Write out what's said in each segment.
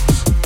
Sorry.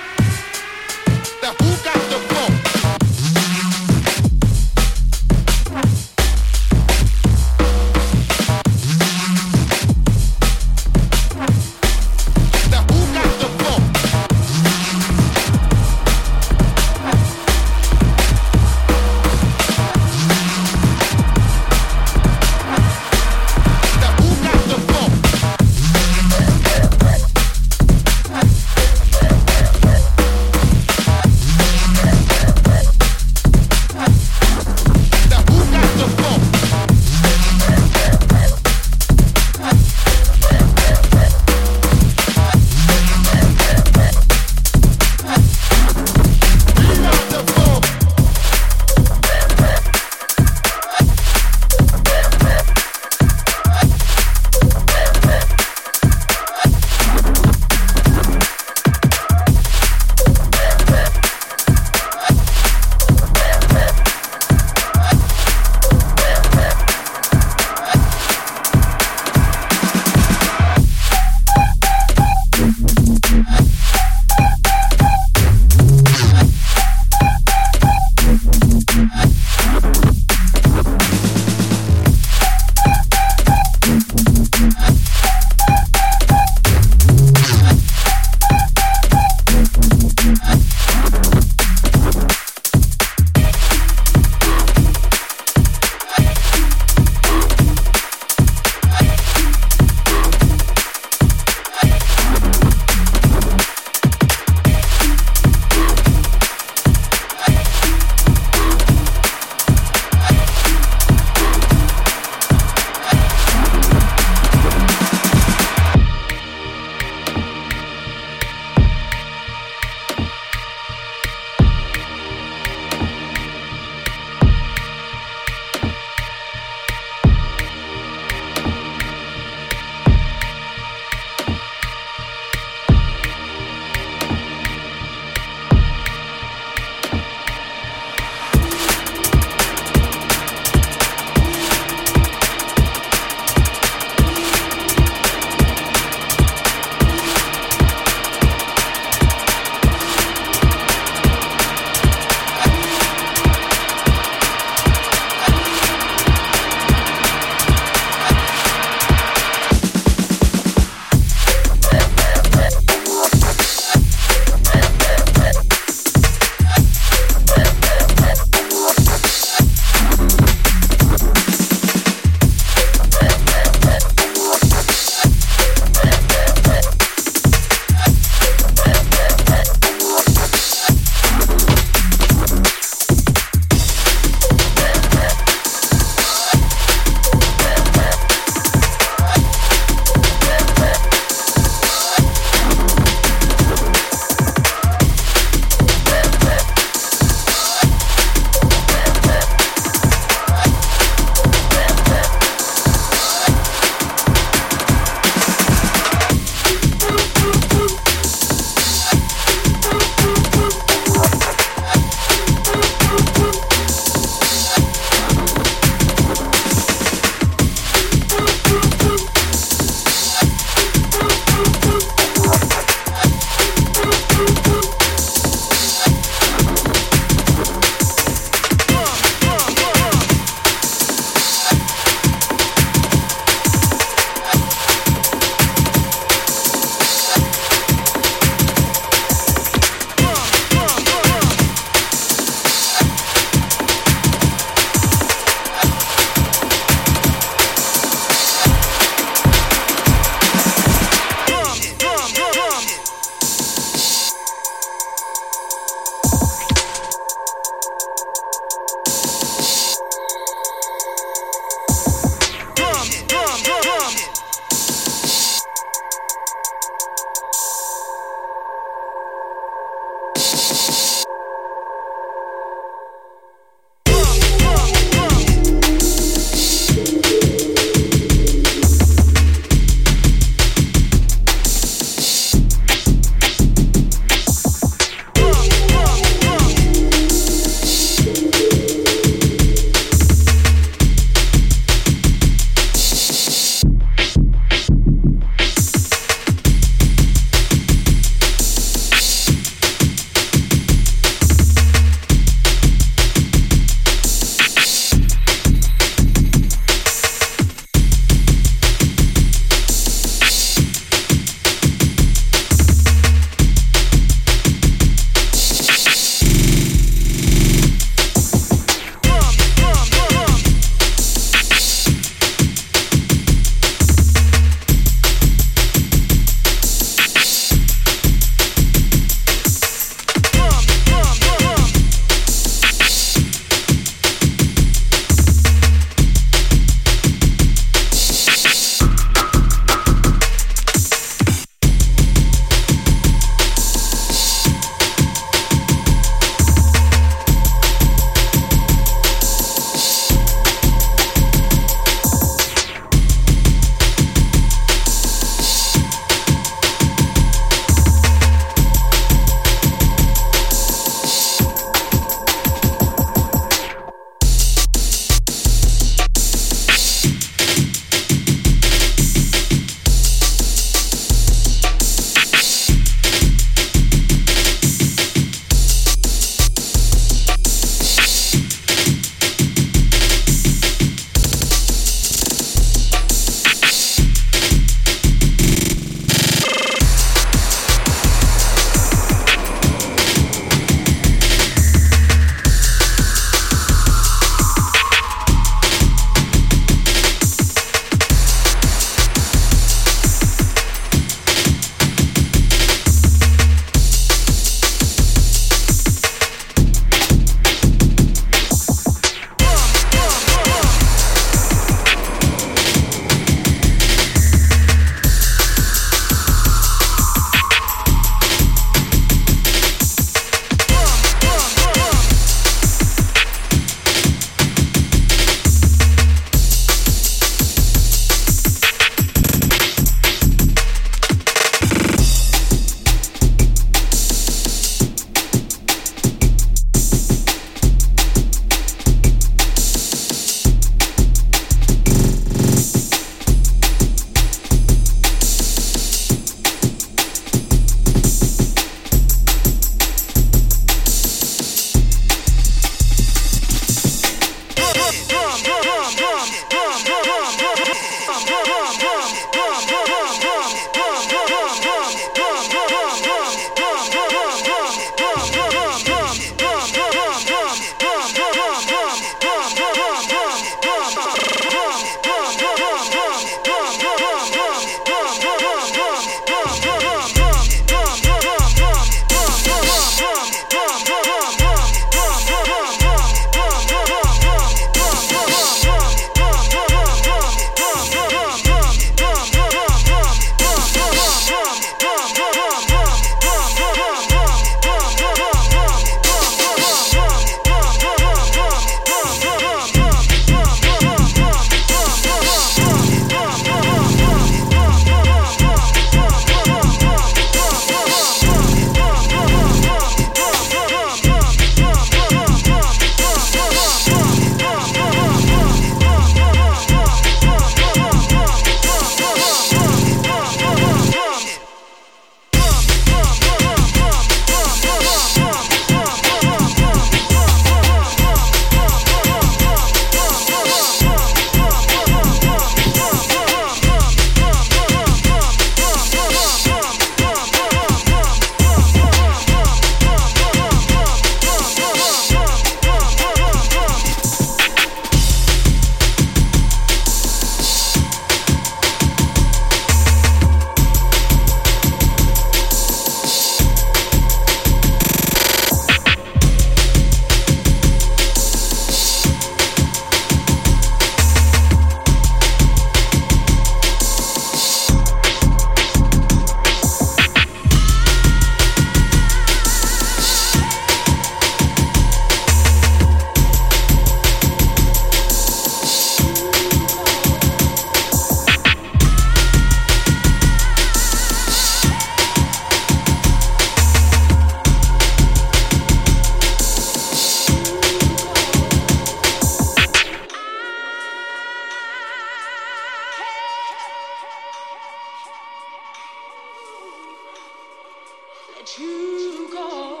to go.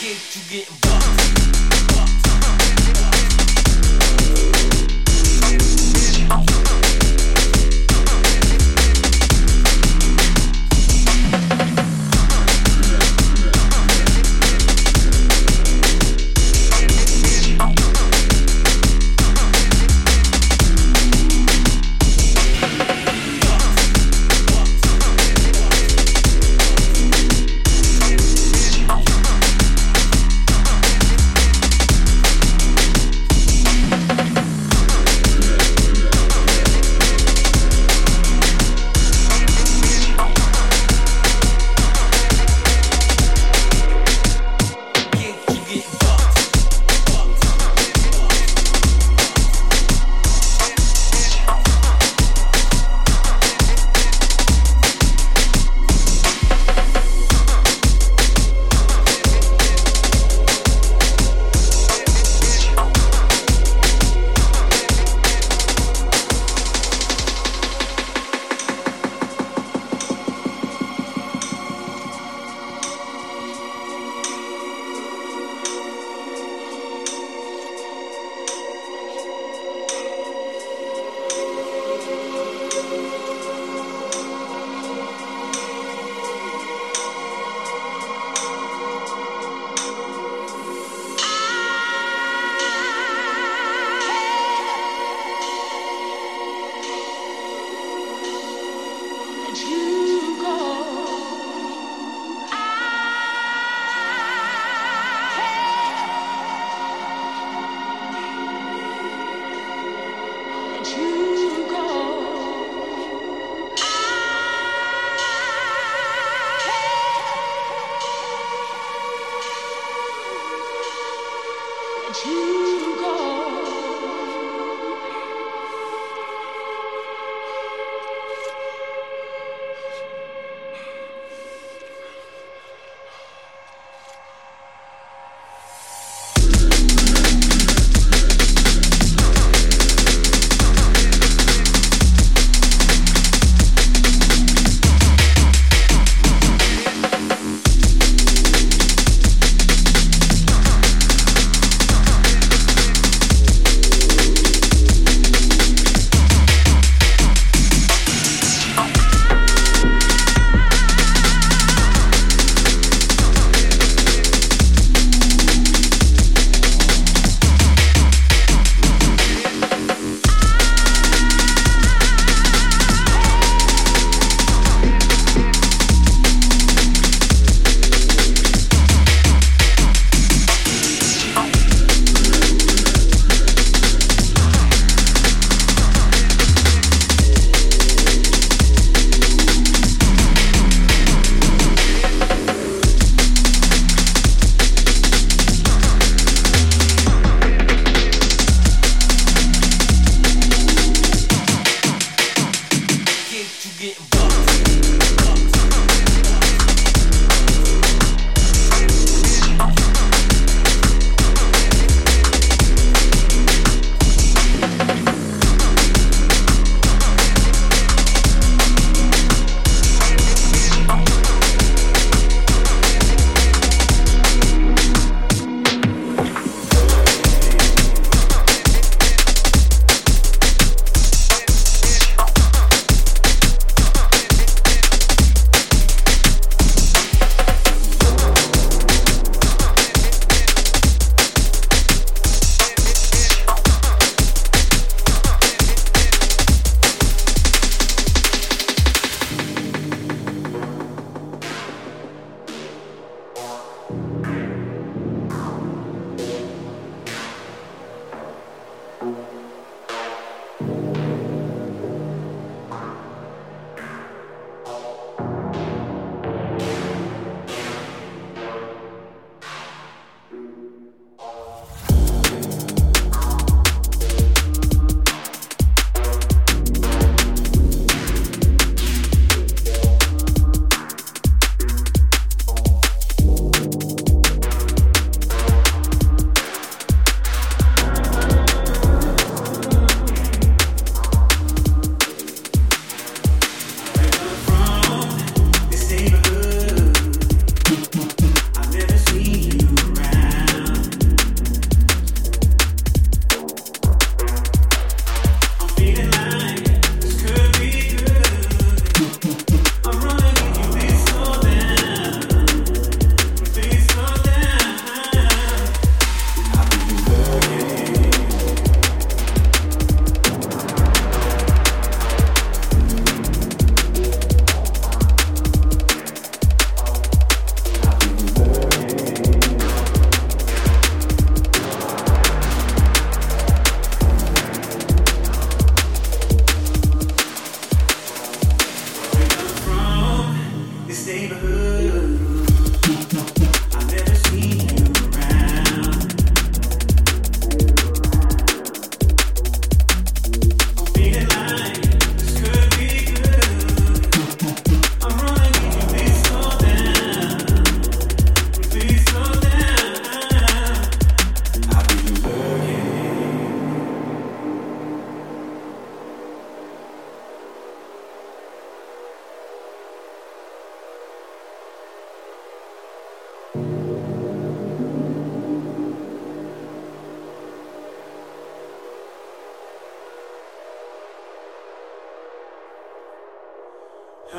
Get to getting bucked. Get to getting bucked. To go. To go. To go.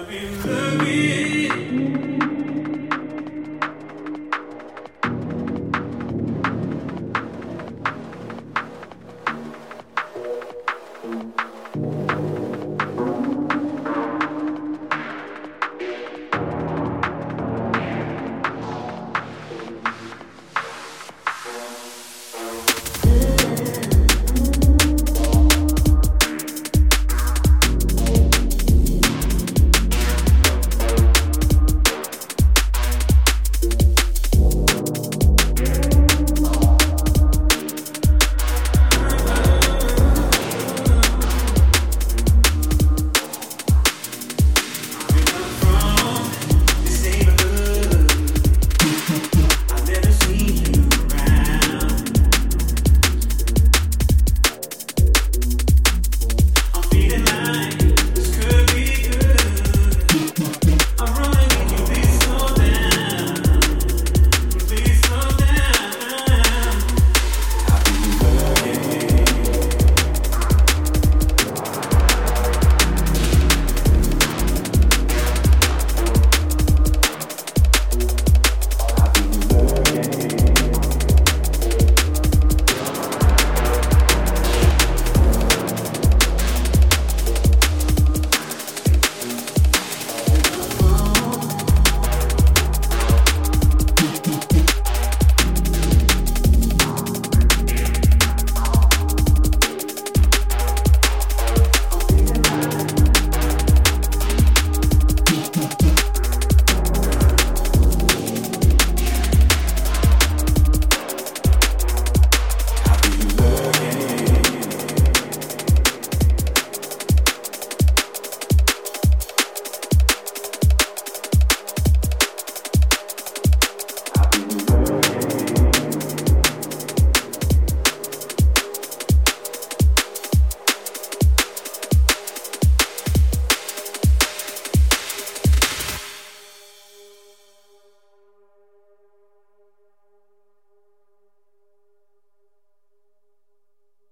me love.